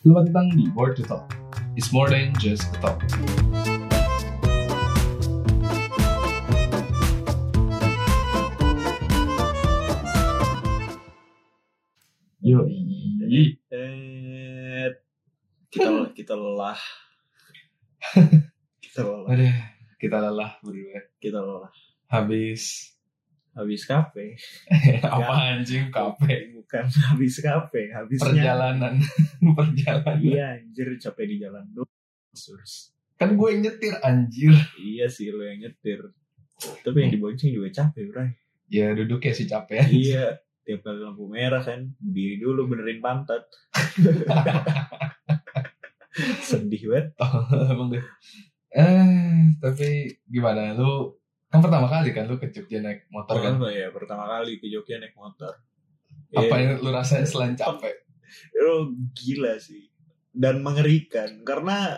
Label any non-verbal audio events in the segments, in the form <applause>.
Selamat datang di Board to Talk. It's more than just a talk. Yo, Eh, kita kita lelah. kita lelah. aduh, kita lelah berdua. Kita lelah. Habis Habis kafe. apa anjing kafe? Bukan habis kafe, habisnya. Perjalanan, <laughs> perjalanan. Iya, anjir capek di jalan dulu. Sus. Kan gue yang nyetir anjir. Iya sih lo yang nyetir. Tapi yang dibonceng juga capek, Bray. Ya duduk ya si capek. iya, tiap kali lampu merah kan, berdiri dulu <laughs> benerin pantat. Sedih banget. Oh, <laughs> emang deh. Eh, tapi gimana lu? Kan pertama kali kan lu ke Jogja naik motor kan? Pertama ya, pertama kali ke Jogja naik motor. Apa Eh, yang lu rasain selain capek? Itu gila sih. Dan mengerikan. Karena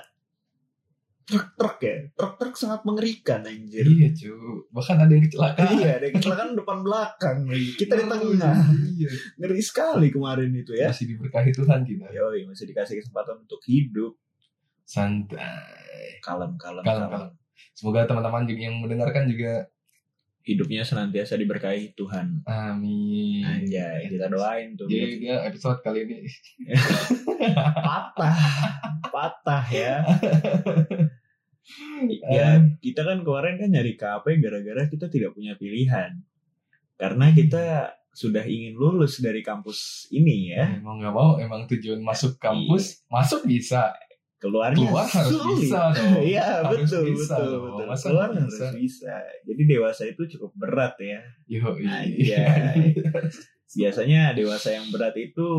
truk-truk ya. Truk-truk sangat mengerikan anjir. Iya cu, bahkan ada yang kecelakaan. Iya, ada kecelakaan depan belakang. lagi. Kita di tengah. Iya. Ngeri sekali kemarin itu ya. Masih diberkahi Tuhan kita. Yoi, masih dikasih kesempatan untuk hidup. Santai. Kalem, kalem, Kalem, kalem. kalem. Semoga teman-teman juga yang mendengarkan juga Hidupnya senantiasa diberkahi Tuhan. Iya. amin. Anjay, kita doain tuh. Jadi dia episode kali ini Patah. Patah ya. Ya, kita kan kemarin kan nyari KP gara-gara kita tidak punya pilihan. Karena Hmm. kita sudah ingin lulus dari kampus ini ya. Iya. eh, mau nggak mau emang tujuan masuk kampus masuk bisa Keluarnya keluar harus Iya, sulit. bisa dong. Iya, Harus betul, bisa betul, dong. betul. Masa Keluar nggak harus bisa? bisa. Jadi dewasa itu cukup berat ya. Yo, Iya. Anjay. Biasanya dewasa yang berat itu <laughs>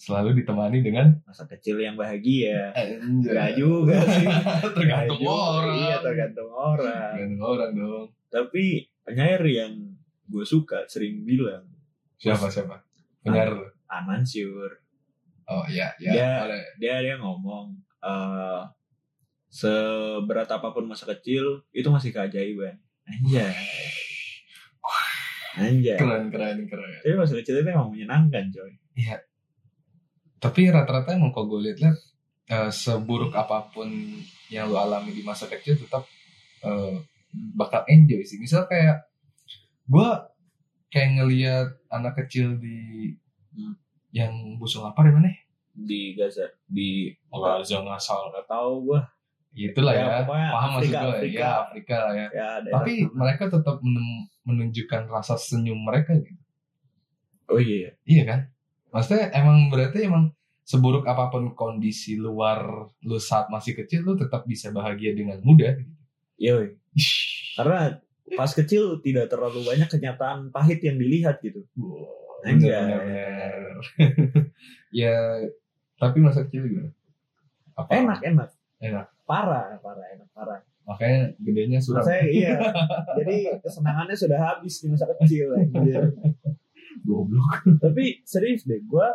Selalu ditemani dengan masa kecil yang bahagia. Enggak Anjay. juga sih. Iya. <laughs> tergantung Nggak juga. orang. Iya, tergantung orang. Tergantung orang dong. Tapi penyair yang gue suka sering bilang, Siapa siapa? Penyiar lu. Aman Syur. ah, Oh iya iya. Ya. Boleh. dia dia ngomong eh seberat apapun masa kecil itu masih keajaiban anjay anjay Keren keren keren. tapi masa kecil itu emang menyenangkan coy Tapi rata-rata emang kalau gue lihat-lihat eh, seburuk apapun yang lu alami di masa kecil tetap eh, bakal enjoy sih. Misal kayak gue kayak ngelihat anak kecil di Hmm. yang busung lapar di mana? di Gaza di jangan asal. nggak tahu gua Itulah ya. Ya, pokoknya Paham maksud Afrika, gue Afrika. ya Afrika lah ya. ya daerah Tapi sana. mereka tetap menem- menunjukkan rasa senyum mereka gitu. oh iya Iya kan? Maksudnya emang berarti emang seburuk apapun kondisi luar lu saat masih kecil lu tetap bisa bahagia dengan mudah. iya weh. karena pas kecil tidak terlalu banyak kenyataan pahit yang dilihat gitu Wow, Anjay. benar-benar. <laughs> ya tapi masa kecil gimana? Apa? enak enak Enak. parah parah enak parah Makanya gedenya suram. saya iya jadi kesenangannya sudah habis di masa kecil anjir Goblok. tapi serius deh gue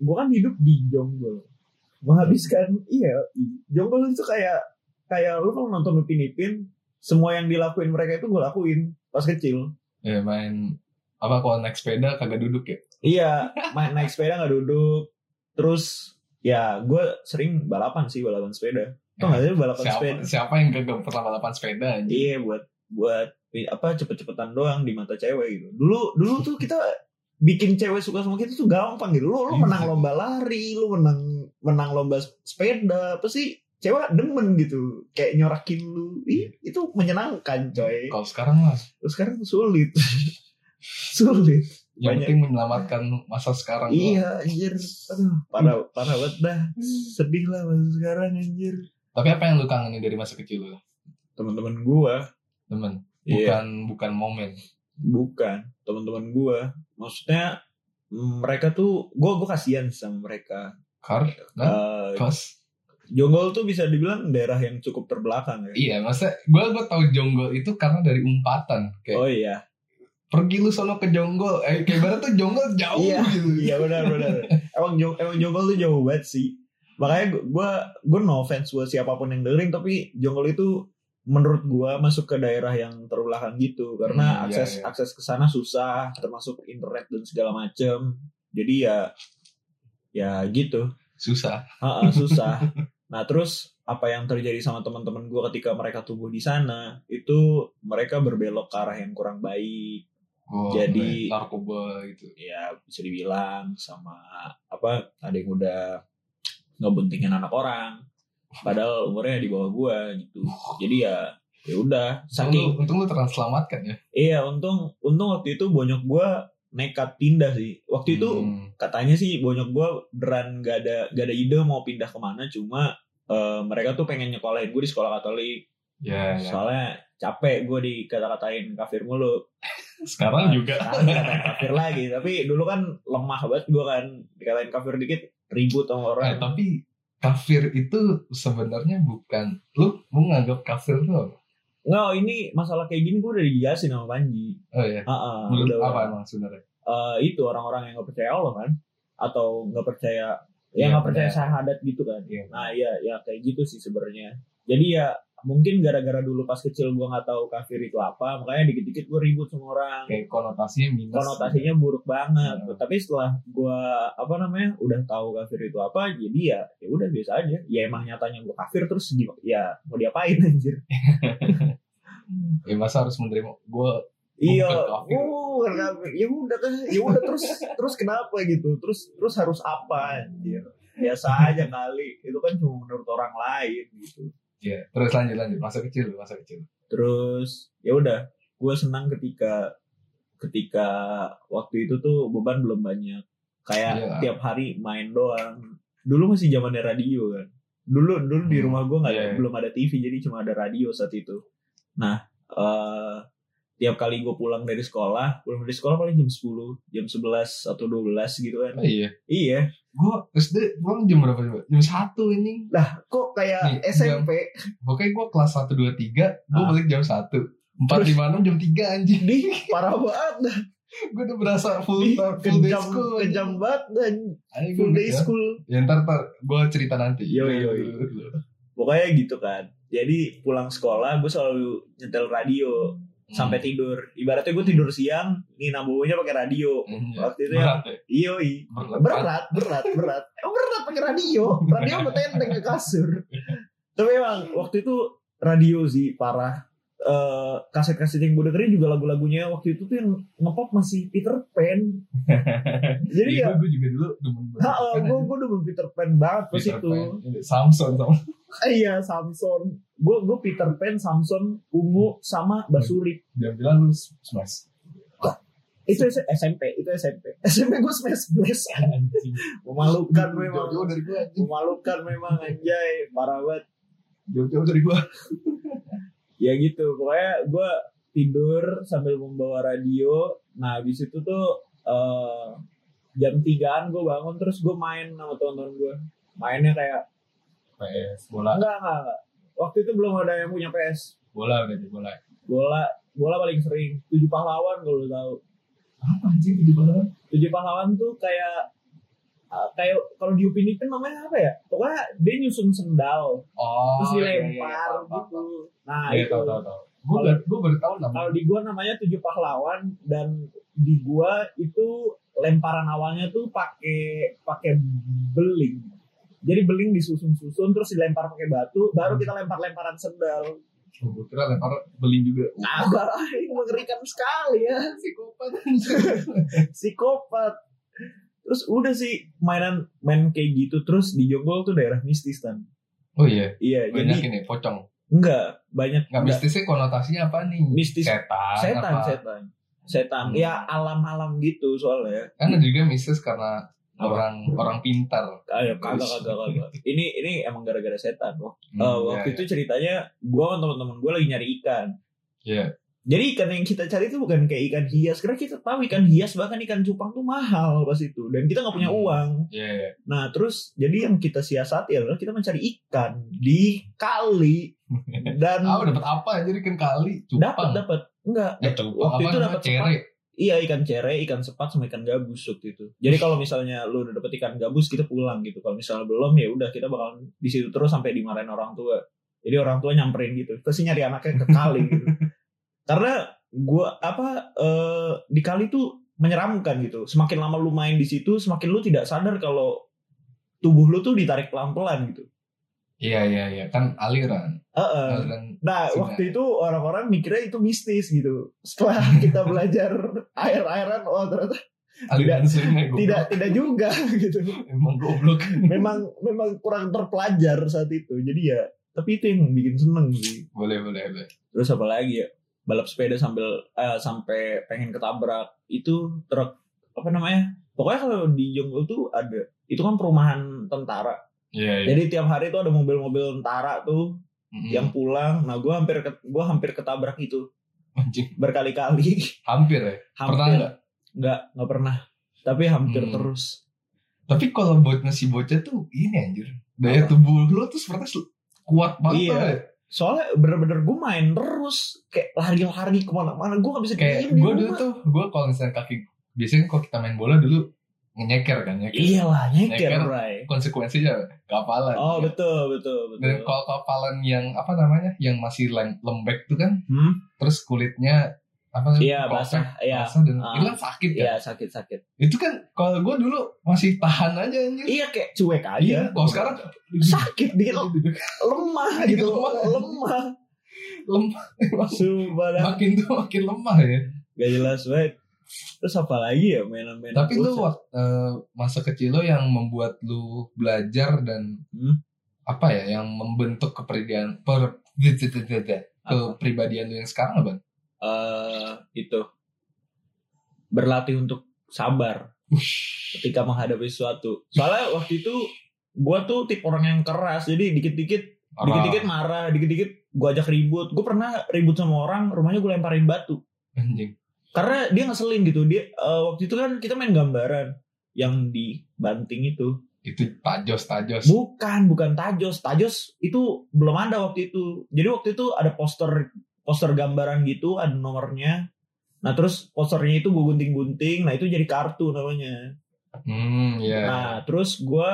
gue kan hidup di Jonggol menghabiskan iya Jonggol itu kayak kayak lu kalau nonton Upin Ipin semua yang dilakuin mereka itu gue lakuin pas kecil Ya, main apa kalau naik sepeda kagak duduk ya? iya main naik sepeda nggak duduk terus ya gue sering balapan sih balapan sepeda tuh nggak sih balapan sepeda Siapa, siapa yang kagak pernah balapan sepeda anjing? iya buat buat apa cepet-cepetan doang di mata cewek gitu dulu dulu tuh kita bikin cewek suka sama kita tuh gampang gitu lu lu Iya. menang lomba lari lu menang menang lomba sepeda apa sih cewek demen gitu kayak nyorakin lu Ih, itu menyenangkan coy Kalau sekarang mas terus sekarang sulit <laughs> sulit Yang Banyak. penting menyelamatkan masa sekarang. doang. iya anjir aduh parah parah banget dah sedih lah masa sekarang anjir Tapi apa yang lu kangenin dari masa kecil lu, teman-teman gua temen? iya Bukan bukan momen. bukan teman-teman gua maksudnya mm, mereka tuh gua gua kasihan sama mereka Car, nah, Eh, pas. Jonggol tuh bisa dibilang daerah yang cukup terbelakang ya Iya, masa gue gue tau jonggol itu karena dari umpatan. Kayak oh iya pergi lu sono ke jonggol, eh kayak ibarat tuh jonggol jauh Iya. gitu. iya benar <laughs> benar emang Jong- emang Jonggol tuh jauh banget sih makanya gua- gua gua no offense buat siapapun yang dengerin tapi Jonggol itu menurut gua masuk ke daerah yang terbelakang gitu karena Hmm, iya, akses iya. akses ke sana susah termasuk internet dan segala macem jadi ya ya gitu susah Ah, ah, susah. Nah, terus apa yang terjadi sama teman-teman gue ketika mereka tumbuh di sana itu mereka berbelok ke arah yang kurang baik. Oh, Jadi- kayak narkoba gitu Ya bisa dibilang sama apa ada yang udah ngebuntingin anak orang. Padahal umurnya di bawah gue gitu. Jadi ya ya udah saking untung lu, untung lu terselamatkan ya iya untung untung waktu itu bonyok gue nekat pindah sih waktu itu Hmm. katanya sih bonyok gue beran gak ada gak ada ide mau pindah kemana cuma eh, mereka tuh pengen nyekolahin gue di sekolah Katolik ya, ya. soalnya capek gue dikata-katain kafir mulu sekarang juga sekarang dikatain kafir lagi tapi dulu kan lemah banget gue kan dikatain kafir dikit ribut sama Eh, orang tapi kafir itu sebenarnya bukan lu lu nganggap kafir tuh apa? nggak ini masalah kayak gini gue udah dijelasin sama Panji oh ya Ah, ah, menurut udah- apa emang sebenarnya eh, itu orang-orang yang nggak percaya Allah kan atau nggak percaya ya Iya, nggak percaya benar. syahadat gitu kan Iya. nah ya ya kayak gitu sih sebenarnya jadi ya mungkin gara-gara dulu pas kecil gua nggak tahu kafir itu apa makanya dikit-dikit gue ribut sama orang kayak konotasinya minus konotasinya buruk banget Iya. tapi setelah gua apa namanya udah tahu kafir itu apa jadi ya ya udah biasa aja ya emang nyatanya gua kafir terus gimana ya mau diapain anjir ya masa harus menerima gue iya kafir. oh bukan kafir. ya udah kan ya udah terus terus kenapa gitu terus terus harus apa anjir biasa aja kali itu kan cuma menurut orang lain gitu ya terus lanjut lanjut masa kecil masa kecil terus ya udah gue senang ketika ketika waktu itu tuh beban belum banyak kayak Iya. tiap hari main doang dulu masih zamannya radio kan dulu dulu di Hmm, rumah gue nggak ada- iya. belum ada TV jadi cuma ada radio saat itu nah eh tiap kali gue pulang dari sekolah pulang dari sekolah paling jam 10 jam 11 atau 12 gitu kan oh, iya iya gue SD pulang jam berapa coba jam satu ini lah kok kayak Nih, SMP pokoknya gue kelas satu dua tiga gue Ah. balik jam satu empat Terus? lima enam jam tiga anjing <laughs> di parah banget gue udah berasa full Ih, time full day kejam school kejam banget dan Anjing, full gua day gitu. school ya ntar ntar gue cerita nanti Hmm. Yoi, yoi. Dulu, dulu. pokoknya gitu kan jadi pulang sekolah gue selalu nyetel radio Hmm. sampai tidur ibaratnya gue tidur siang Nina Bobonya pakai radio Hmm, iya. Waktu itu ya. berat ya ioi berat, berat berat berat <laughs> emang berat pakai radio radio sama tenteng ke kasur tapi emang waktu itu radio sih parah Eh, kaset-kaset yang gue dengerin juga lagu-lagunya waktu itu tuh yang ngepop masih Peter <laughs> Pan jadi ya gue Iya, juga dulu demen banget. Iya, ya? Ha, Kan gue gue demen Peter Pan banget ada pas Peter itu. Pan, ada Samson sama Eh, Iya Samson. Gue gue Peter Pan, Samson, Ungu sama Basuri. dia bilang lu smash. Itu S- SMP, itu SMP. SMP gue smash smash. Anjing. Memalukan memang. Jauh-jauh dari gue anjing. Memalukan memang anjay, parah banget. Jauh-jauh dari gue. Ya gitu, pokoknya gue tidur sambil membawa radio. Nah habis itu tuh eh, jam tigaan gue bangun terus gue main sama teman-teman gue. Mainnya kayak PS bola enggak enggak. enggak. Waktu itu belum ada yang punya PS. bola berarti bola. bola bola paling sering tujuh pahlawan kalau lu tahu Apa anjing tujuh bola? tujuh pahlawan tuh kayak ah, kayak kalau diupin ipin namanya apa ya pokoknya dia nyusun sendal Oh. terus iya, iya, dilempar iya, tahu, tahu, gitu tahu. nah Iya itu tahu tahu tahu. Gue Kalau- baru gue baru tahu lah. kalau di gua namanya tujuh pahlawan dan di gua itu lemparan awalnya tuh pakai pakai beling jadi beling disusun-susun terus dilempar pakai batu baru kita lempar-lemparan sendal Gue kira lempar beling juga. <laughs> kabar aing mengerikan sekali ya Psikopat. psikopat terus udah sih mainan main kayak gitu terus di Jonggol tuh daerah mistis kan Oh iya. iya Banyak jadi ini pocong. enggak banyak Enggak mistisnya konotasinya apa nih? mistis Setan. setan apa? setan setan Hmm. ya alam-alam gitu soalnya Kan ada juga mistis karena Apa? Oh, orang orang pintar. Ayo, kagak kagak kagak ini ini emang gara-gara setan loh Eh, Hmm, iya, waktu itu ceritanya gua sama teman-teman gua lagi nyari ikan Iya. jadi ikan yang kita cari itu bukan kayak ikan hias karena kita tahu ikan hias bahkan ikan cupang tuh mahal pas itu dan kita nggak punya Hmm. uang Iya. iya. Nah, terus jadi yang kita siasati adalah kita mencari ikan di <laughs> kali dan Ah, dapat apa anjir ikan kali? dapat Cupang. dapat enggak Eh, dapet. cupang waktu apa itu namanya? dapat cere. iya ikan cere ikan sepat sama ikan gabus waktu itu jadi kalau misalnya lu udah dapet ikan gabus kita pulang gitu kalau misalnya belum ya udah kita bakal di situ terus sampai dimarahin orang tua jadi orang tua nyamperin gitu pasti nyari anaknya ke kali gitu karena gua apa eh, di kali tuh menyeramkan gitu semakin lama lu main di situ semakin lu tidak sadar kalau tubuh lu tuh ditarik pelan-pelan gitu. Iya iya iya kan aliran Heeh. aliran Nah, Sudah. waktu itu orang-orang mikirnya itu mistis gitu. Setelah kita belajar air-airan, oh ternyata aliran sungai goblok. tidak tidak juga <laughs> gitu. emang goblok. <laughs> Memang memang kurang terpelajar saat itu. Jadi ya, tapi itu yang bikin seneng sih. boleh boleh boleh. Terus apa lagi ya? Balap sepeda sambil eh, sampai pengen ketabrak itu truk apa namanya? Pokoknya kalau di Jonggol tuh ada itu kan perumahan tentara. Iya Hmm. iya. Jadi tiap hari tuh ada mobil-mobil tentara tuh Mm-mm. yang pulang. Nah, gua hampir ke- gua hampir ketabrak itu Anjing. berkali-kali. <laughs> hampir ya. hampir Pernah nggak? nggak nggak pernah tapi hampir Hmm. terus Tapi kalau buat nasi bocah tuh ini anjir. Daya tubuh lu tuh sepertinya sel- kuat banget. Iya. tau ya. soalnya bener-bener gue main terus kayak lari-lari kemana-mana gue nggak bisa Kayak diem Iya, di gue dulu rumah. tuh, gue kalau misalnya kaki, biasanya kalau kita main bola dulu nyeker kan nyeker. iyalah nyeker Nyeker. Ray Konsekuensinya kapalan. Iya. oh betul betul betul Dan kalau kapalan yang apa namanya, yang masih lem- lembek tuh kan, hmm? terus kulitnya apa namanya? iya basah iya Basah dan Ah. hilang sakit kan. iya sakit-sakit Itu kan kalau gue dulu masih tahan aja anjir. iya kayak cuek aja Kalau sekarang sakit dikit <laughs> lemah gitu Lemah. lemah lemah emang. sumpah makin tuh makin lemah ya. gak jelas banget terus apa lagi ya mainan-mainan Tapi lu bocah? wak- eh, masa kecil lo yang membuat lu belajar dan Hmm? apa ya yang membentuk kepribadian per <laughs> Apa? kepribadian lu yang sekarang bang? eh itu berlatih untuk sabar ketika menghadapi sesuatu. Soalnya waktu itu gua tuh tipe orang yang keras, jadi dikit-dikit, dikit-dikit marah, dikit-dikit gua ajak ribut. Gue pernah ribut sama orang, rumahnya gue lemparin batu. anjing. Karena dia ngeselin gitu. Dia eh, waktu itu kan kita main gambaran yang dibanting itu. Itu tajos tajos. Bukan, bukan tajos. Tajos itu belum ada waktu itu. Jadi waktu itu ada poster poster gambaran gitu, ada nomornya. Nah terus posternya itu gue gunting-gunting, nah itu jadi kartu namanya. Hmm ya. Nah terus gue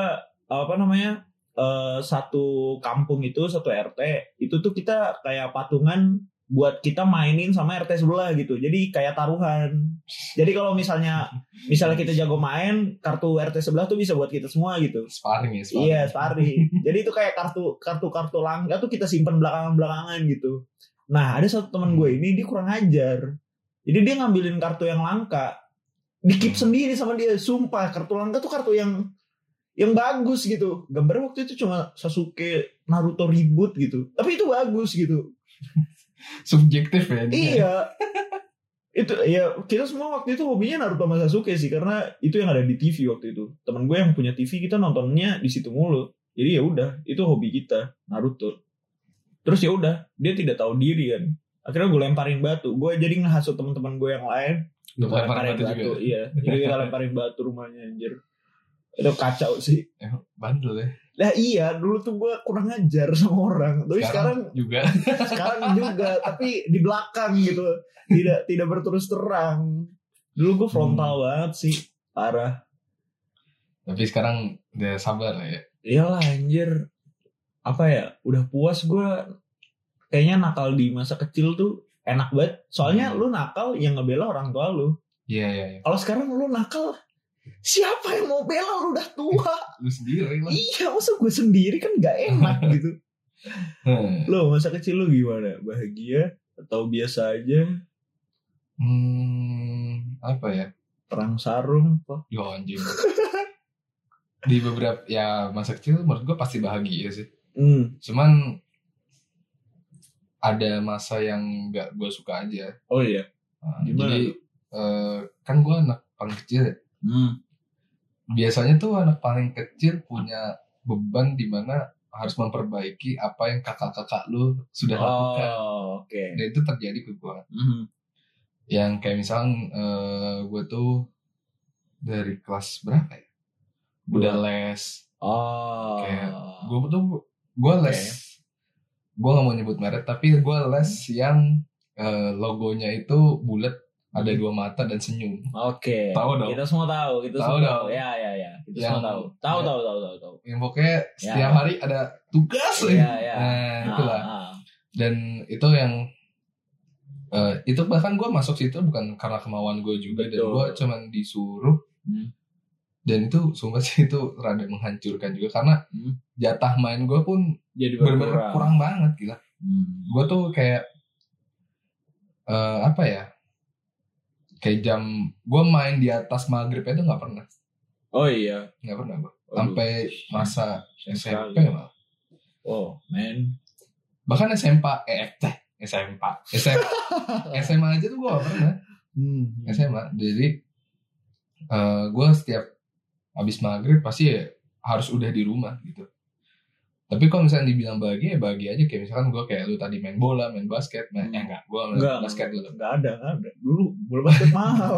apa namanya eh, satu kampung itu satu RT itu tuh kita kayak patungan buat kita mainin sama RT sebelah gitu. Jadi kayak taruhan. Jadi kalau misalnya misalnya kita jago main kartu RT sebelah tuh bisa buat kita semua gitu. Sparring ya sparring. Iya, Sparri. Jadi itu kayak kartu kartu kartu langka tuh kita simpen belakangan belakangan gitu. Nah ada satu teman gue ini dia kurang ajar. Jadi dia ngambilin kartu yang langka, dikip sendiri sama dia. Sumpah kartu langka tuh kartu yang yang bagus gitu. Gambar waktu itu cuma Sasuke Naruto ribut gitu. Tapi itu bagus gitu. Subjektif ya. ini. Iya. <laughs> itu ya kita semua waktu itu hobinya Naruto sama Sasuke sih karena itu yang ada di TV waktu itu. Temen gue yang punya TV kita nontonnya di situ mulu. Jadi ya udah, itu hobi kita Naruto. Terus ya udah, dia tidak tahu diri kan. Akhirnya gue lemparin batu. Gue jadi ngehasut teman-teman gue yang lain. Lu lemparin batu juga. Iya, jadi kita lemparin batu rumahnya anjir. Itu kacau sih. Emang Bandel ya. Lah iya, dulu tuh gue kurang ajar sama orang. Tapi sekarang juga <laughs> sekarang Kan juga tapi di belakang gitu tidak tidak berterus terang Hmm. dulu gue frontal banget sih parah tapi sekarang udah sabar lah ya iyalah anjir apa ya udah puas gue kayaknya nakal di masa kecil tuh enak banget soalnya Hmm. lu nakal yang ngebela orang tua lu iya iya iya. kalau sekarang lu nakal siapa yang mau bela lu udah tua <laughs> lu sendiri lah iya masa gue sendiri kan gak <laughs> enak gitu Hmm. lo masa kecil lu gimana bahagia atau biasa aja Hmm, apa ya? perang sarung apa Yo anjing. di beberapa ya masa kecil menurut gue pasti bahagia sih. hmm. Cuman ada masa yang nggak gue suka aja. Oh iya. Nah, Gimana Jadi eh, kan gue anak paling kecil. ya. Hmm. Biasanya tuh anak paling kecil punya beban di mana harus memperbaiki apa yang kakak-kakak lu sudah lakukan. Oh, oke. Dan itu terjadi ke gue. Mhm. yang kayak misalnya gue tuh dari kelas berapa ya udah les Oh. Kayak gue tuh gue les Oke. gue gak mau nyebut merek tapi gue les yang eh, logonya itu bulat ada Hmm. dua mata dan senyum Oke. Tahu dong. Kita semua tahu, kita Tahu semua dong. Ya, ya, ya. Kita Yang- semua tahu. Tahu, ya. tahu, tahu, tahu, tahu. yang pokoknya setiap Ya. hari ada tugas aja. Iya, iya. nah itulah Ah, ah. dan itu yang eh, itu bahkan gue masuk situ bukan karena kemauan gue juga dan Betul. gue cuman disuruh Hmm. dan itu sumpah sih itu rada menghancurkan juga karena Hmm. jatah main gue pun jadi benar-benar berkurang. kurang banget gitu. gila Hmm. gue tuh kayak eh apa ya kayak jam gue main di atas maghrib itu nggak pernah Oh iya. nggak pernah gue Waduh. sampai masa Sayang SMP sekali. malah. Oh man. bahkan SMP eh eh, SMP <laughs> SMP SMA aja tuh gue nggak pernah Hmm. SMA jadi eh gue setiap habis maghrib pasti ya harus udah di rumah gitu tapi kalau misalnya dibilang bahagia ya bahagia aja kayak misalkan gue kayak lu tadi main bola main basket Hmm. main eh enggak gue main Enggak, basket gitu. lu enggak ada, enggak ada. Dulu bola basket <laughs> mahal.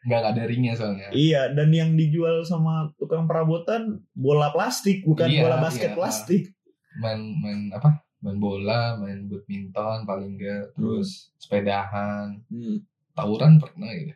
enggak enggak ada ringnya soalnya iya, dan yang dijual sama tukang perabotan bola plastik, bukan Iya, bola basket iya. plastik. main main apa main bola main badminton paling enggak terus sepedahan Hmm. tawuran pernah gitu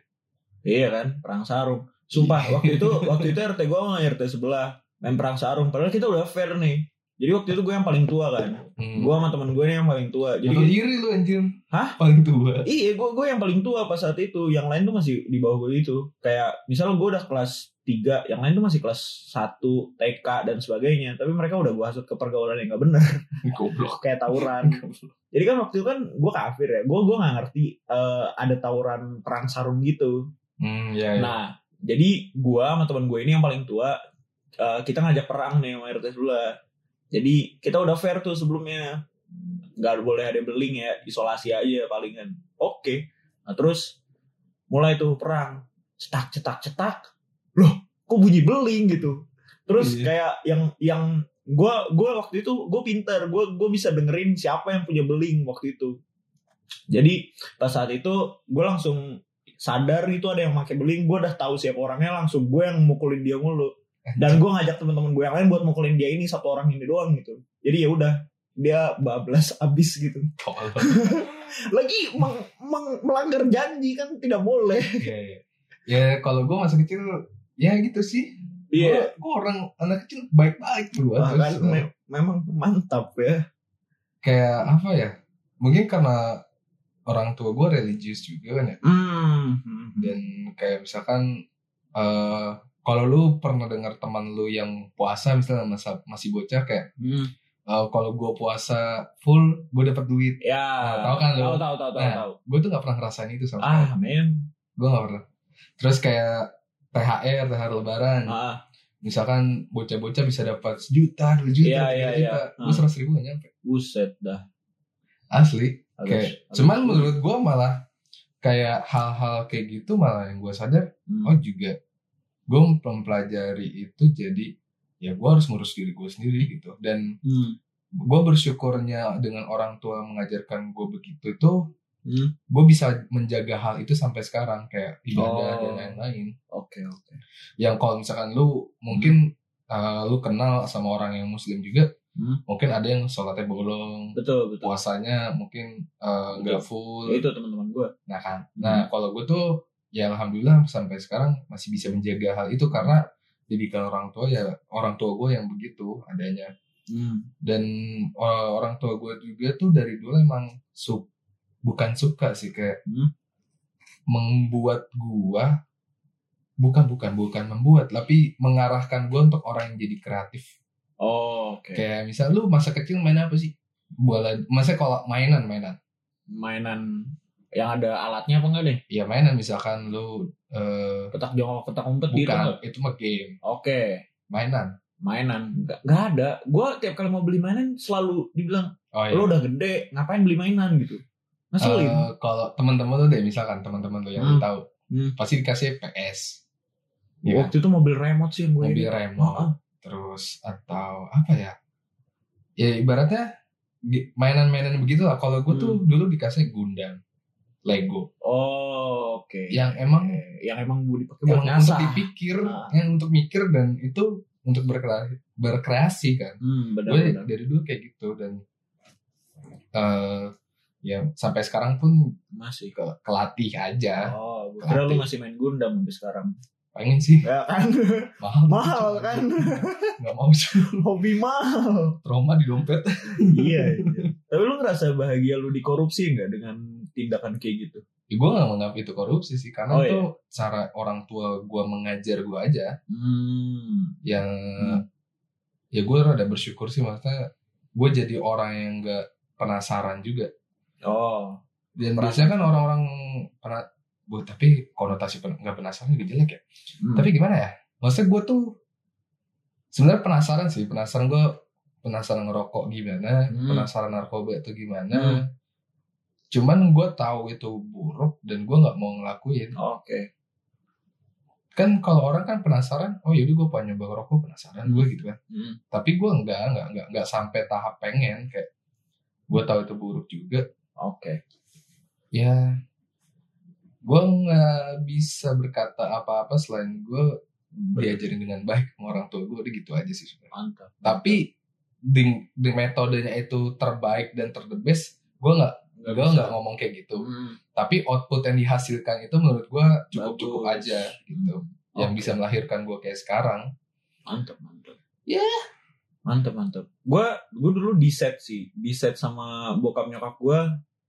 Iya kan, perang sarung. Iya. Sumpah, waktu <laughs> itu waktu itu RT gue sama RT sebelah main perang sarung. Padahal kita udah fair nih. Jadi waktu itu gue yang paling tua kan. hmm. Gue sama temen gue nih yang paling tua. jadi Jadi diri lu anjir Hah? paling tua iya, gue gue yang paling tua pas saat itu. Yang lain tuh masih di bawah gue itu. Kayak misal gue udah kelas 3, yang lain tuh masih kelas 1, TK dan sebagainya. Tapi mereka udah gue hasut ke pergaulan yang gak bener. <laughs> goblok kayak tawuran. Jadi kan waktu itu kan gue kafir ya, gue gue nggak ngerti eh, ada tawuran perang sarung gitu. hmm ya, ya. Nah, jadi gua sama teman gue ini yang paling tua, eh, kita ngajak perang nih sama RT sebelah. Jadi kita udah fair tuh sebelumnya. Gak boleh ada beling ya, isolasi aja palingan. Oke. Nah terus mulai tuh perang. Cetak, cetak, cetak. Loh, kok bunyi beling gitu? Terus Iya. kayak yang yang gua gua waktu itu gue pinter, gua gua bisa dengerin siapa yang punya beling waktu itu. Jadi pas saat itu gue langsung sadar itu ada yang pakai beling, gue udah tahu siapa orangnya langsung gue yang mukulin dia mulu dan gue ngajak teman-teman gue yang lain buat mukulin dia ini satu orang ini doang gitu jadi ya udah dia bablas <laughs> abis gitu Tolol. lagi meng- meng- melanggar janji kan tidak boleh ya, ya. ya kalau gue masa kecil ya gitu sih Iya. Gua- gua orang anak kecil baik-baik gue Wah, kan me- memang mantap ya kayak apa ya mungkin karena orang tua gue religius juga kan ya Hmm. dan kayak misalkan eh kalau lu pernah dengar teman lu yang puasa misalnya masa, masih bocah kayak Hmm. eh, kalau gue puasa full gue dapat duit Ya. Tahu kan lu? Tahu tahu tahu tahu. Nah. tahu. gue tuh nggak pernah ngerasain itu sama Ah, men. gue nggak pernah terus kayak THR THR lebaran Ah, misalkan bocah-bocah bisa dapat sejuta dua juta Iya, tiga iya, juta iya. gue seratus ribu gak nyampe buset dah. asli Agak- kayak agak- cuman menurut gue malah kayak hal-hal kayak gitu malah yang gue sadar Hmm. oh juga gue mempelajari itu jadi ya gue harus ngurus diri gue sendiri gitu dan Hmm. gue bersyukurnya dengan orang tua mengajarkan gue begitu itu Hmm. gue bisa menjaga hal itu sampai sekarang kayak ibadah Oh. dan lain-lain Oke, oke. yang kalau misalkan lu mungkin uh, lu kenal sama orang yang muslim juga Hmm. mungkin ada yang sholatnya bolong Betul, betul. puasanya mungkin uh, nggak full Itu teman-teman gue. Nah kan, nah kalau gue tuh ya alhamdulillah sampai sekarang masih bisa menjaga hal itu karena didikan orang tua ya orang tua gue yang begitu adanya Hmm. dan eh, orang tua gue juga tuh dari dulu emang su bukan suka sih kayak Hmm. membuat gue bukan bukan bukan membuat tapi mengarahkan gue untuk orang yang jadi kreatif Oh, oke. kayak misal lu masa kecil main apa sih bola masa kalau mainan mainan Mainan yang ada alatnya apa enggak deh? ya mainan misalkan lu eh, Petak jongkok, petak umpet gitu. bukan nggak? itu mah game Oke. mainan. Mainan nggak nggak ada. Gue tiap kali mau beli mainan selalu dibilang, Oh lo udah gede, ngapain beli mainan gitu? Ngeselin. Eh, kalau teman-teman lu deh misalkan teman-teman lu yang lu Hmm. tahu Hmm. pasti dikasih PS. Ya, Waktu itu mobil remote sih yang gue mobil Oh, remote terus atau apa ya? Ya ibaratnya di- mainan-mainan begitu lah. Kalau gue tuh Hmm. dulu dikasih Gundam, Lego Oh, oke. yang emang Eh, yang emang gue dipakai buat yang untuk ngasah. dipikir, Ah. yang untuk mikir dan itu untuk berkreasi, berkreasi kan. Hmm, gue benar-benar. dari dulu kayak gitu dan eh ya sampai sekarang pun Masih. ke, kelatih aja. Ya. Oh, gue kira lu Kreatif. masih main Gundam sampai sekarang. pengen sih ya kan <laughs> mahal Gitu. mahal kan <laughs> nggak mau <laughs> sih hobi mahal trauma di dompet iya iya. Tapi lu ngerasa bahagia lu dikorupsi nggak dengan tindakan kayak gitu? ya, gue nggak menganggap itu korupsi sih karena Oh, itu cara orang tua gue mengajar gue aja Hmm. yang Hmm. ya gue rada bersyukur sih maksudnya gue jadi orang yang nggak penasaran juga Oh. dan biasanya kan orang-orang pernah bu tapi konotasi pen- nggak penasaran juga jelek ya Hmm. tapi gimana ya maksudnya gue tuh sebenarnya penasaran sih penasaran gue penasaran ngerokok gimana Hmm. penasaran narkoba itu gimana cuman gue tahu itu buruk dan gue nggak mau ngelakuin Oke. kan kalau orang kan penasaran oh yaudah gue pengen nyoba ngerokok penasaran gue gitu kan Hmm. tapi gue nggak nggak nggak nggak sampai tahap pengen kayak gue tahu itu buruk juga Oke. ya gue nggak bisa berkata apa-apa selain gue diajarin dengan baik sama orang tua gue udah gitu aja sih sebenarnya. Mantap. tapi di, di metodenya itu terbaik dan terdebes gue nggak gue nggak ngomong kayak gitu Hmm. tapi output yang dihasilkan itu menurut gue cukup cukup Bagus. Hmm. aja gitu yang Oke. bisa melahirkan gue kayak sekarang Mantap, mantap. Ya. Mantap, mantap. Gue gue dulu di set sih, di set sama bokap nyokap gue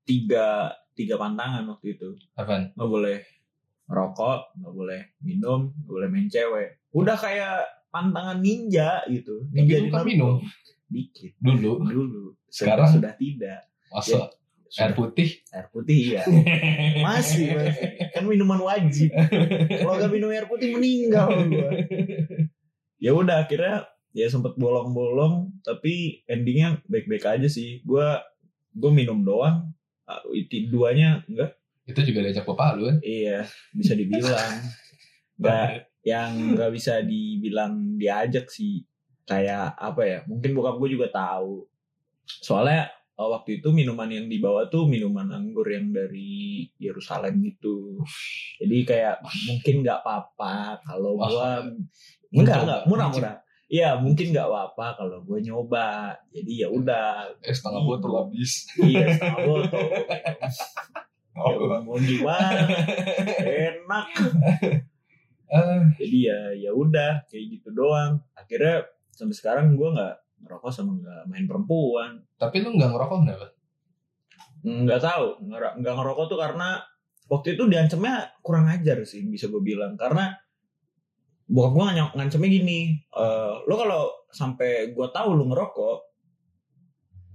tiga tiga pantangan waktu itu. apaan Gak boleh rokok, gak boleh minum, gak boleh main cewek. Udah kayak pantangan ninja gitu. Tapi Ninja lu di kan Naruto. minum. Dikit. dulu Dulu. Sekarang? sudah tidak. masa air Ya, Sudah- putih air putih ya. <laughs> Masih, masih. Kan minuman wajib. Kalau gak minum air putih meninggal gua. Ya udah akhirnya ya sempet bolong-bolong tapi endingnya baik-baik aja sih. Gua gue minum doang. ah, itu Duanya enggak. itu juga diajak bapak lu kan Iya, bisa dibilang. Enggak yang nggak bisa dibilang diajak sih kayak apa ya mungkin bokap gue juga tahu soalnya eh, waktu itu minuman yang dibawa tuh minuman anggur yang dari Yerusalem gitu jadi kayak mungkin nggak apa-apa kalau Wah. gue enggak Mencoba. enggak murah murah Iya mungkin nggak apa-apa kalau gue nyoba jadi ya udah eh setengah botol habis iya setengah botol gua minum. Ya, oh. mau gimana enak Eh, jadi ya ya udah kayak gitu doang akhirnya sampai sekarang gue nggak ngerokok sama nggak main perempuan tapi lu nggak ngerokok kenapa nggak tahu nggak nggak ngerokok tuh karena waktu itu diancamnya kurang ajar sih bisa gue bilang karena bokap gue ngancamnya gini eh, lo kalau sampai gue tahu lu ngerokok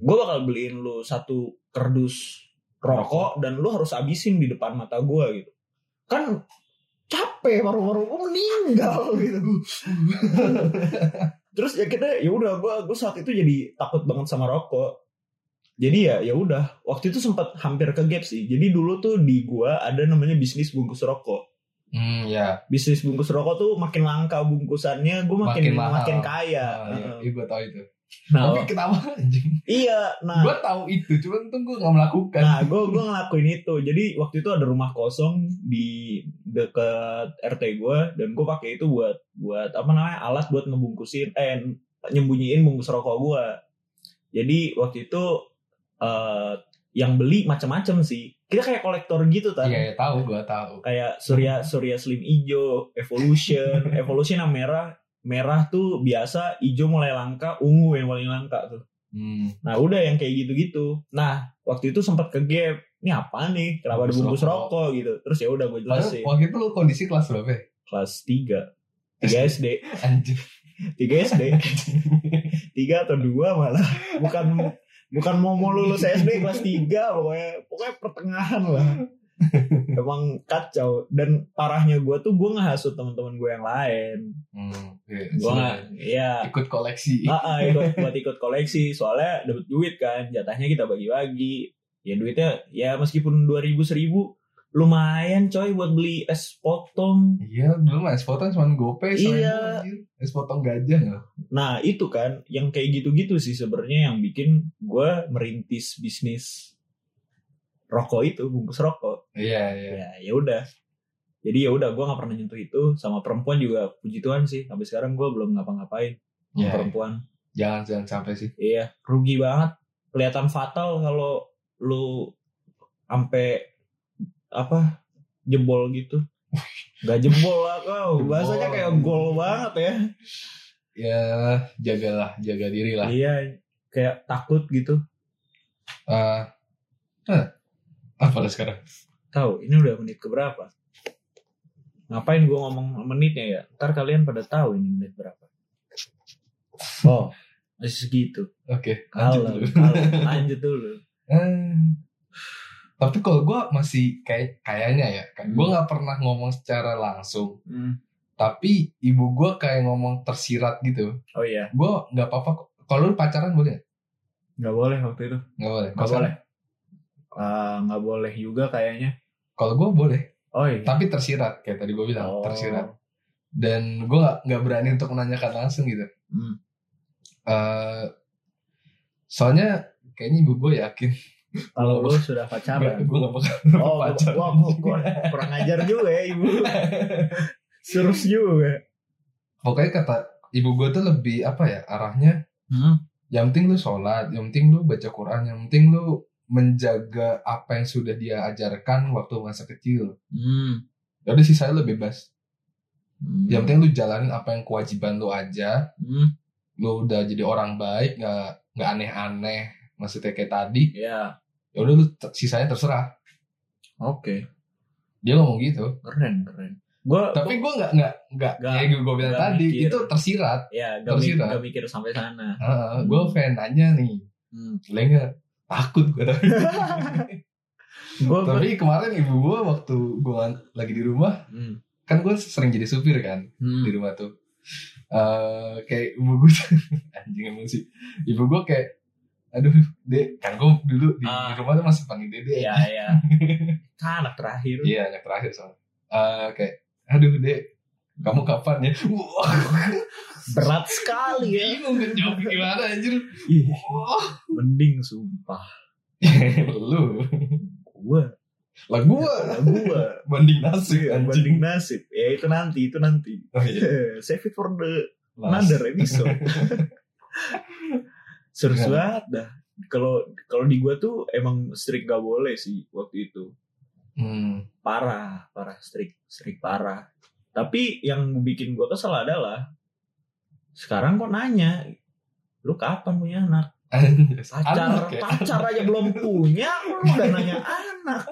gue bakal beliin lu satu kerdus rokok dan lu harus abisin di depan mata gue gitu kan capek paru-paru gue meninggal <laughs> gitu terus ya kita ya udah gue gue saat itu jadi takut banget sama rokok jadi ya ya udah waktu itu sempat hampir ke gap sih jadi dulu tuh di gua ada namanya bisnis bungkus rokok hmm ya bisnis bungkus rokok tuh makin langka bungkusannya gue makin Makin makin, mahal. kaya Ah, iya, Heeh. iya gue tau itu nah, tapi ketawa anjing iya nah gue tahu itu cuman tuh gue nggak melakukan Nah, gue gue ngelakuin itu. Jadi waktu itu ada rumah kosong di deket RT gue dan gue pakai itu buat buat apa namanya alat buat ngebungkusin eh nyembunyiin bungkus rokok gue. Jadi waktu itu eh, yang beli macam-macam sih. Kita kayak kolektor gitu kan. iya iya tahu gue tahu Kayak Hmm. Surya Surya Slim Ijo, <laughs> Evolution, Evolution yang merah, merah tuh biasa, ijo mulai langka, ungu yang paling langka tuh. hmm. Nah udah yang kayak gitu-gitu. Nah waktu itu sempat ke gap. Ini apa nih? Kenapa ada Bungkus bungkus rokok. rokok gitu? Terus ya udah gue Padahal jelasin. waktu itu lu kondisi kelas berapa ya? Kelas 3 3 SD, Anjir. 3 SD, 3 atau 2 malah. Bukan bukan mau mau lulus SD kelas 3 pokoknya pokoknya pertengahan lah. Emang kacau dan parahnya gue tuh gue ngehasut teman-teman gue yang lain. Hmm, iya, Gue senang. ya ikut koleksi. Ah, ah, ikut, buat ikut koleksi soalnya dapat duit kan jatahnya kita bagi-bagi ya duitnya ya meskipun dua ribu seribu lumayan coy buat beli es potong Iya, dulu mah es potong cuma gopay sama Iya. itu, anjir. Es potong gajah loh. nah itu kan yang kayak gitu-gitu sih sebenarnya yang bikin gua merintis bisnis rokok itu bungkus rokok Iya, iya. ya ya udah jadi ya udah gua nggak pernah nyentuh itu sama perempuan juga puji tuhan sih sampai sekarang gua belum ngapa-ngapain sama Ya, perempuan Jangan jangan sampai sih. Iya, rugi banget. Kelihatan fatal kalau lu sampai apa jebol gitu. Gak jebol lah kau. Jebol. Bahasanya kayak gol banget ya. ya jagalah jaga diri lah Iya. Kayak takut gitu. Eh, eh, apa lah sekarang Tahu, ini udah menit keberapa? Ngapain gue ngomong menitnya ya? Ntar kalian pada tahu ini menit berapa. Oh, masih segitu. oke lanjut Kalau dulu. lanjut dulu. Eh, tapi kalau gue masih kayak kayaknya ya kan gue nggak pernah ngomong secara langsung Hmm. tapi ibu gue kayak ngomong tersirat gitu Oh iya, gue nggak apa-apa kok. kalau lu pacaran boleh nggak? nggak boleh waktu itu. nggak boleh Nggak boleh. Ah, Nggak boleh juga kayaknya. kalau gue boleh Oh iya. tapi tersirat kayak tadi gue bilang Oh. tersirat dan gue nggak nggak berani untuk menanyakan langsung gitu Hmm. Eh, soalnya kayaknya ibu gue yakin Kalau <laughs> lu sudah <laughs> pacaran. gue gak bakal Oh, pacaran. gua, gua, gua, kurang ajar juga ya <laughs> ibu. Serius juga. pokoknya kata ibu gue tuh lebih apa ya arahnya Hmm. yang penting lu sholat yang penting lu baca Quran yang penting lu menjaga apa yang sudah dia ajarkan waktu masa kecil Hmm. jadi sisanya lu bebas yang Yang penting lu jalanin apa yang kewajiban lu aja Hmm. lu udah jadi orang baik nggak nggak aneh-aneh maksudnya kayak tadi Ya, ya udah lu ter- sisanya terserah oke. dia ngomong gitu Keren, keren. Gua tapi gue nggak nggak nggak Nggak- kayak gue bilang nggak tadi mikir. itu tersirat ya gak, mi- Tersirat. gak mikir sampai sana. gue pengen nanya nih <laughs> Hmm. boleh nggak takut gue tapi Gua, gua- tapi kemarin ibu gue waktu gue lagi di rumah Hmm. kan gue sering jadi supir kan Hmm. di rumah tuh Eh kayak ibu gue <laughs> anjing emang sih ibu gue kayak aduh dek kan gue dulu di, Ah. di rumah tuh masih panggil dede Ya, ya. Kan anak terakhir. Iya, yang terakhir soalnya. Eh, kayak, aduh dek, kamu kapan ya? Wah, Berat sekali ya. bingung gak jawab gimana anjir. Ih, Wah. mending sumpah. <laughs> Lu, Gua, lah gua gua. banding <laughs> nasib Iya, anjing. banding nasib. Ya itu nanti, itu nanti. Oh, iya. Save it for the Las. Another <laughs> episode. Serius Keren. banget dah. Kalau kalau di gua tuh emang strict gak boleh sih waktu itu. Hmm. Parah, parah strict, strict parah. Tapi yang bikin gua kesel adalah sekarang kok nanya, lu kapan punya anak? Anjir, Pacar, anak ya. pacar aja belum punya, lu <laughs> udah nanya anak.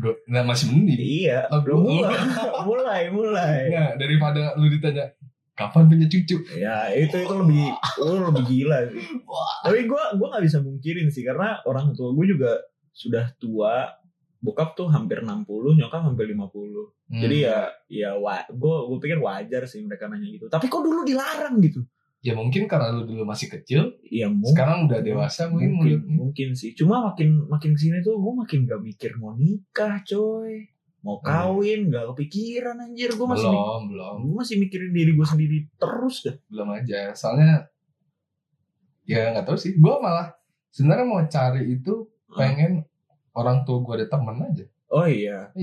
Gua, nah masih mending. Iya, Lah, belum gua- mulai, mulai, <laughs> mulai. Nah, daripada lu ditanya kapan punya cucu, Ya itu itu lebih oh, lebih gila sih. Tapi gue gua nggak bisa mungkirin sih karena orang tua gue juga sudah tua. Bokap tuh hampir 60, nyokap hampir 50. Hmm. Jadi ya ya wa, gue gue pikir wajar sih mereka nanya gitu. Tapi kok dulu dilarang gitu? ya mungkin karena lu dulu masih kecil, Iya mungkin. sekarang udah dewasa mungkin. mungkin, menurut- mungkin sih. Cuma makin makin kesini tuh gue makin gak mikir mau nikah, coy. Mau kawin, gak kepikiran anjir. Gue masih mik- Hmm. belum, belum, gua masih mikirin diri gue sendiri terus dah. belum aja. Soalnya ya nggak tahu sih. Gua malah sebenarnya mau cari itu pengen orang tua gua ada temen aja. Oh iya,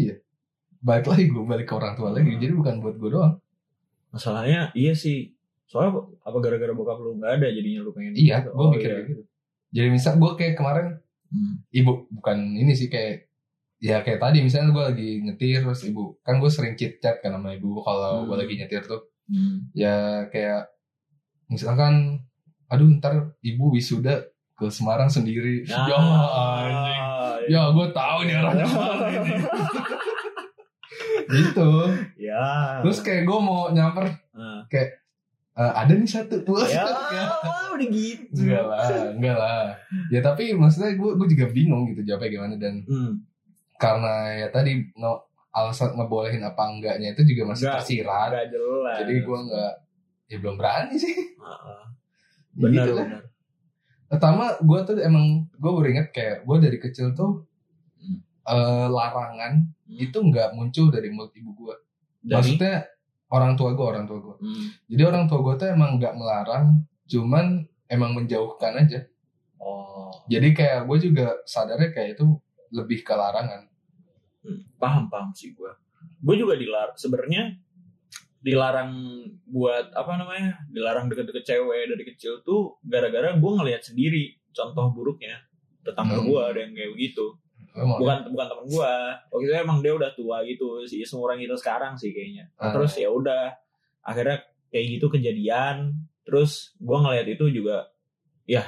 Balik lagi gua balik ke orang tua lagi. Hmm. Jadi bukan buat gua doang. masalahnya iya sih soalnya apa gara-gara bokap lu nggak ada jadinya lu pengen Iya, gitu? gua Oh, mikir iya. kayak gitu. Jadi misal gua kayak kemarin Hmm. ibu bukan ini sih kayak ya kayak tadi misalnya gua lagi nyetir terus ibu kan gue sering chit chat kan sama ibu kalau Hmm. gua lagi nyetir tuh Hmm. ya kayak misalkan aduh ntar ibu wisuda ke Semarang sendiri ya anjing ya ya gue tahu nih <laughs> arahnya kemana ini gitu ya terus kayak gue mau nyamper Ah. "Eh, ada nih satu <laughs> dua ya Enggak. udah gitu <laughs> enggak lah enggak lah ya tapi maksudnya gue gue juga bingung gitu jawabnya gimana dan hmm. karena ya tadi no, alasan ngebolehin apa enggaknya itu juga masih Enggak. tersirat nggak jelas jadi gue enggak ya belum berani sih <laughs> Ah, ah. Gitu benar lah. benar pertama gue tuh emang gue baru inget kayak gue dari kecil tuh Hmm. eh, larangan Gitu. itu nggak muncul dari mulut ibu gue Dari- maksudnya orang tua gue orang tua gue Hmm. jadi orang tua gue tuh emang nggak melarang cuman emang menjauhkan aja oh jadi kayak gue juga sadarnya kayak itu lebih ke larangan Hmm, paham paham sih gue gue juga dilarang sebenarnya dilarang buat apa namanya dilarang deket-deket cewek dari kecil tuh gara-gara gue ngelihat sendiri contoh buruknya tetangga Hmm. gue ada yang kayak begitu Emang ya? bukan bukan teman gua waktu itu emang dia udah tua gitu si seorang itu sekarang sih kayaknya Ah. terus ya udah akhirnya kayak gitu kejadian terus gua ngeliat itu juga ya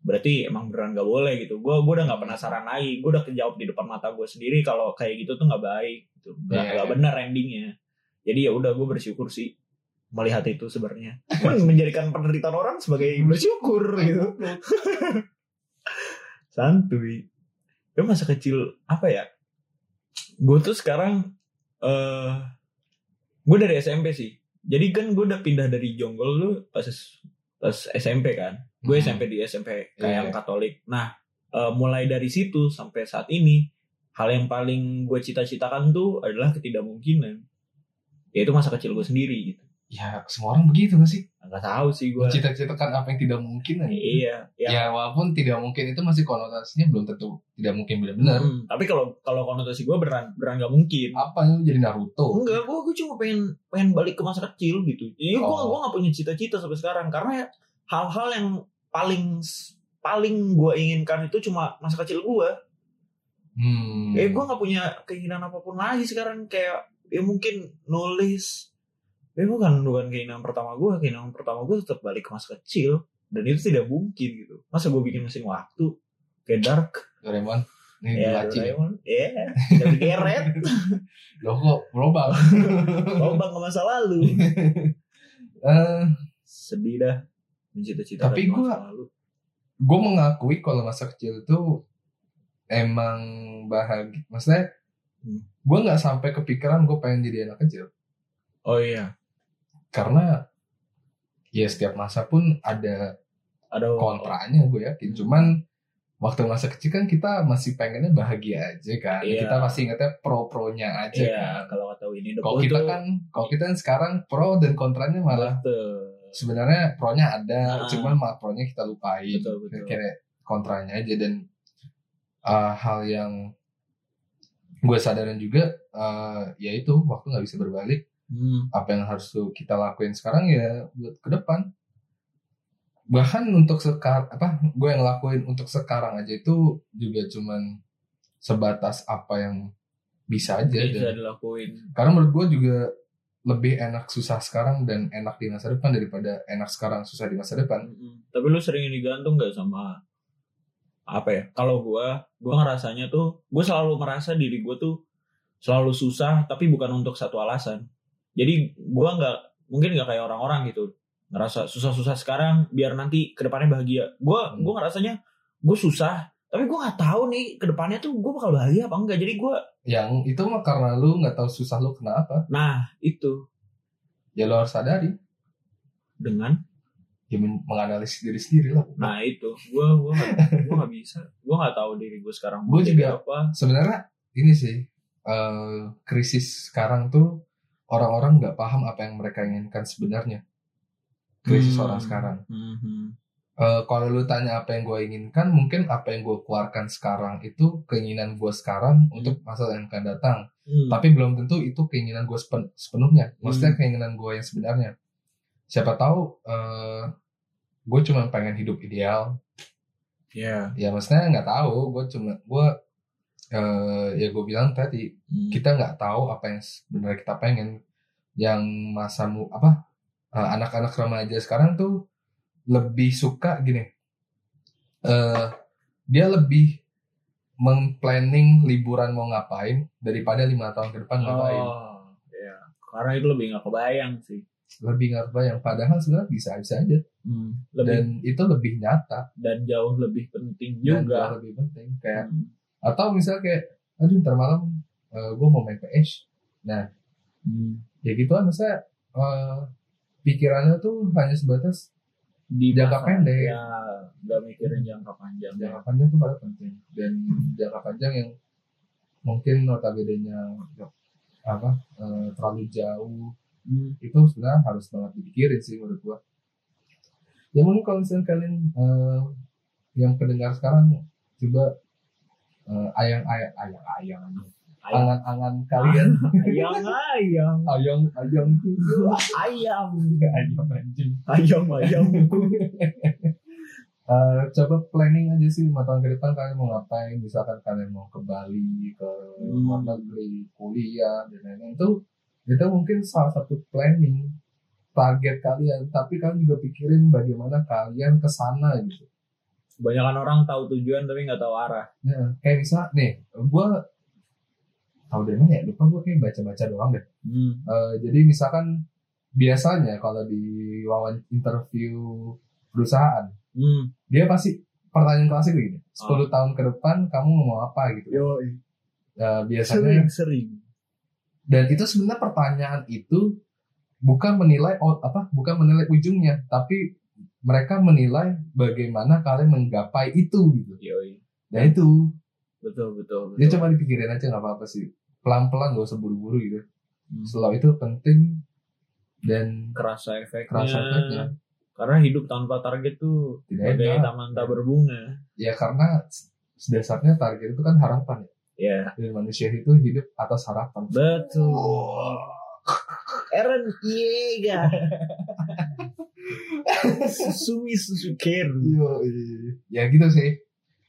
berarti emang beneran gak boleh gitu gua gua udah nggak penasaran lagi gua udah kejawab di depan mata gua sendiri kalau kayak gitu tuh nggak baik gitu nggak Iya, nggak iya. bener endingnya jadi ya udah gua bersyukur sih melihat itu <laughs> sebenarnya Men- menjadikan penderitaan orang sebagai bersyukur gitu santuy ya masa kecil apa ya gue tuh sekarang eh gue dari SMP sih jadi kan gue udah pindah dari Jonggol lu pas pas SMP kan gue Hmm. SMP di SMP kayak Iya. yang Katolik nah eh, mulai dari situ sampai saat ini hal yang paling gue cita-citakan tuh adalah ketidakmungkinan yaitu masa kecil gue sendiri gitu ya semua orang begitu gak sih nggak tahu sih gue cita-citakan apa yang tidak mungkin aja. iya ya yang- walaupun tidak mungkin itu masih konotasinya belum tentu tidak mungkin benar-benar Hmm, tapi kalau kalau konotasi gue beran beran nggak mungkin apa lu jadi Naruto Iya. Enggak, gue gue cuma pengen pengen balik ke masa kecil gitu. Iya, gue Oh. gue nggak punya cita-cita sampai sekarang karena ya hal-hal yang paling paling gue inginkan itu cuma masa kecil gue. hmm. Eh, gue nggak punya keinginan apapun lagi sekarang kayak ya mungkin nulis. Eh, bukan bukan keinginan pertama gue, keinginan pertama gue tetap balik ke masa kecil dan itu tidak mungkin gitu. Masa gue bikin mesin waktu kayak dark, Doraemon ini ya, dilaci nih. Doraemon. ya, <laughs> tidak digeret, <laughs> loh kok global lobang ke masa lalu. Eh, sedih dah mencita-cita Tapi gua- gue mengakui kalau masa kecil itu emang bahagia maksudnya Hmm. gue nggak sampai kepikiran gue pengen jadi anak kecil oh iya karena ya setiap masa pun ada ada kontranya gue yakin cuman waktu masa kecil kan kita masih pengennya bahagia aja kan Iya. kita masih ingatnya pro-pronya aja iya kan kalau tahu ini kalau kita kan kalau kita kan sekarang pro dan kontranya malah sebenarnya pronya ada Ah. cuman malah pronya kita lupain Betul, betul. kira kontranya aja dan uh, hal yang gue sadarin juga uh, yaitu waktu nggak bisa berbalik apa yang harus kita lakuin sekarang ya buat ke depan bahkan untuk sekarang apa gue yang lakuin untuk sekarang aja itu juga cuman sebatas apa yang bisa aja bisa dan dilakuin karena menurut gue juga lebih enak susah sekarang dan enak di masa depan daripada enak sekarang susah di masa depan Mm-mm. tapi lu sering digantung nggak sama apa ya kalau gua gua ngerasanya tuh gua selalu merasa diri gua tuh selalu susah tapi bukan untuk satu alasan jadi gua nggak mungkin nggak kayak orang-orang gitu ngerasa susah-susah sekarang biar nanti kedepannya bahagia gua Hmm. gua ngerasanya gua susah tapi gua nggak tahu nih kedepannya tuh gua bakal bahagia apa enggak jadi gua yang itu mah karena lu nggak tahu susah lu kenapa nah itu ya lu harus sadari dengan ya men- menganalisis diri sendiri lah Nah itu, gue gua gak, gua gak bisa, gue gak tahu diri gue sekarang. Gua mau jadi juga. apa? sebenarnya ini sih eh, krisis sekarang tuh orang-orang nggak paham apa yang mereka inginkan sebenarnya krisis Hmm. orang sekarang Mhm. Eh, kalau lu tanya apa yang gue inginkan mungkin apa yang gue keluarkan sekarang itu keinginan gue sekarang untuk masa yang akan datang Hmm. tapi belum tentu itu keinginan gue sepenuhnya maksudnya Hmm. keinginan gue yang sebenarnya siapa tahu gue cuma pengen hidup ideal ya. ya maksudnya nggak tahu gue cuma gue ya gue bilang tadi Hmm. kita nggak tahu apa yang sebenarnya kita pengen yang masa mu apa eh, anak-anak remaja sekarang tuh lebih suka gini eh dia lebih mengplanning liburan mau ngapain daripada lima tahun ke depan ngapain Oh, ya. Karena itu lebih gak kebayang sih. lebih ngarba yang padahal sebenarnya bisa bisa aja Lebih, Hmm. dan, dan itu lebih nyata jauh lebih penting dan juga. jauh ya. lebih penting kayak Hmm. atau misalnya kayak aduh ntar malam gue mau main PS Hmm. ya gitu kan maksudnya eh, pikirannya tuh hanya sebatas Di Jangka masa- pendek. Ya, gak mikirin jangka panjang. jangka panjang tuh pada penting dan jangka panjang yang mungkin notabene-nya apa eh, terlalu jauh Hmm. itu sebenarnya harus banget dipikirin sih menurut gua ya mungkin kalau misalnya kalian eh, yang pendengar sekarang coba eh, ayang ayang ayang ayang Ayang. angan angan <laughs> kalian Ayang, ayang ayang, ayang ayang ayam, anjing ayam, ayam. Eh, coba planning aja sih lima tahun ke depan kalian mau ngapain misalkan kalian mau ke Bali ke luar negeri kuliah dan lain-lain itu itu mungkin salah satu planning target kalian tapi kalian juga pikirin bagaimana kalian ke sana gitu Kebanyakan orang tahu tujuan tapi nggak tahu arah. Nah, kayak bisa nih gue tahu dari mana ya lupa gue kayak baca-baca doang deh Hmm. Eh, jadi misalkan biasanya kalau di wawan interview perusahaan Hmm. dia pasti pertanyaan klasik Ah. gini 10 tahun ke depan kamu mau apa gitu Yo, Eh, ya. biasanya sering-sering. dan itu sebenarnya pertanyaan itu bukan menilai o- apa bukan menilai ujungnya tapi mereka menilai bagaimana kalian menggapai itu gitu Yoi. nah itu Betul betul. dia betul. cuma dipikirin aja nggak apa-apa sih pelan-pelan gak usah buru-buru gitu Hmm. setelah itu penting dan Kerasa efeknya. kerasa efeknya Karena hidup tanpa target tuh tidak sebagai enak taman tak berbunga. ya karena s- dasarnya target itu kan harapan ya Ya. dan manusia itu hidup atas harapan Betul. Eren <laughs> Yeager. Susumi Suzuki. Yo, Hmm. ya gitu sih.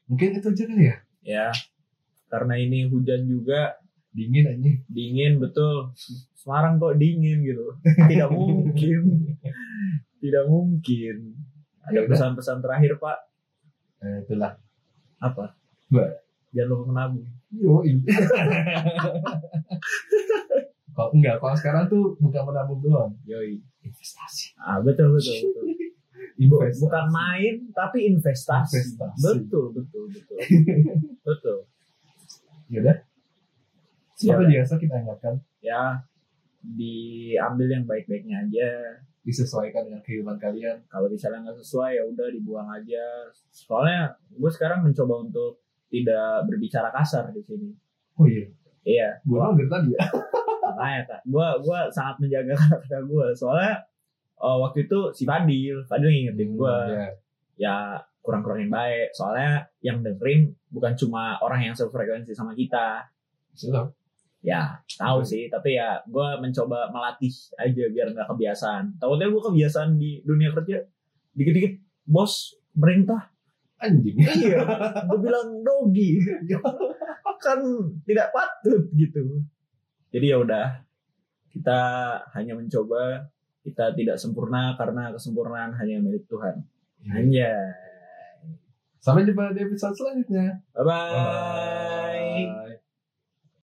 Mungkin itu aja kali ya. Ya. Karena ini hujan juga Dingin aja. dingin betul. Semarang kok dingin gitu. Tidak mungkin. Tidak mungkin. Ya Ada udah. pesan-pesan terakhir, Pak? Nah, itulah. Apa? Ba. Jangan lupa menabung. Yo. <laughs> kalau enggak, kalau sekarang tuh bukan menabung doang. Yoi. Investasi. Ah, betul betul betul. Bu- Investasi. Bukan main tapi investasi. Investasi. Betul betul <laughs> betul. betul. Yaudah. Seperti Siap. biasa kita ingatkan Ya diambil yang baik-baiknya aja. disesuaikan dengan kehidupan kalian. kalau misalnya nggak sesuai ya udah dibuang aja soalnya gue sekarang mencoba untuk tidak berbicara kasar di sini Oh iya, iya gue gua nongger tadi ya. makanya kak gue gue sangat menjaga <laughs> kata-kata gue soalnya eh, waktu itu si Fadil Fadil ngingetin gue Ya. ya kurang-kurangin baik soalnya yang dengerin bukan cuma orang yang sefrekuensi sama kita Sudah. ya tahu Hmm. sih tapi ya gue mencoba melatih aja biar nggak kebiasaan takutnya gue kebiasaan di dunia kerja dikit-dikit bos merintah Anjing. <laughs> iya gue bilang dogi <laughs> kan tidak patut gitu jadi ya udah kita hanya mencoba kita tidak sempurna karena kesempurnaan hanya milik Tuhan hanya Sampai jumpa di episode selanjutnya. bye bye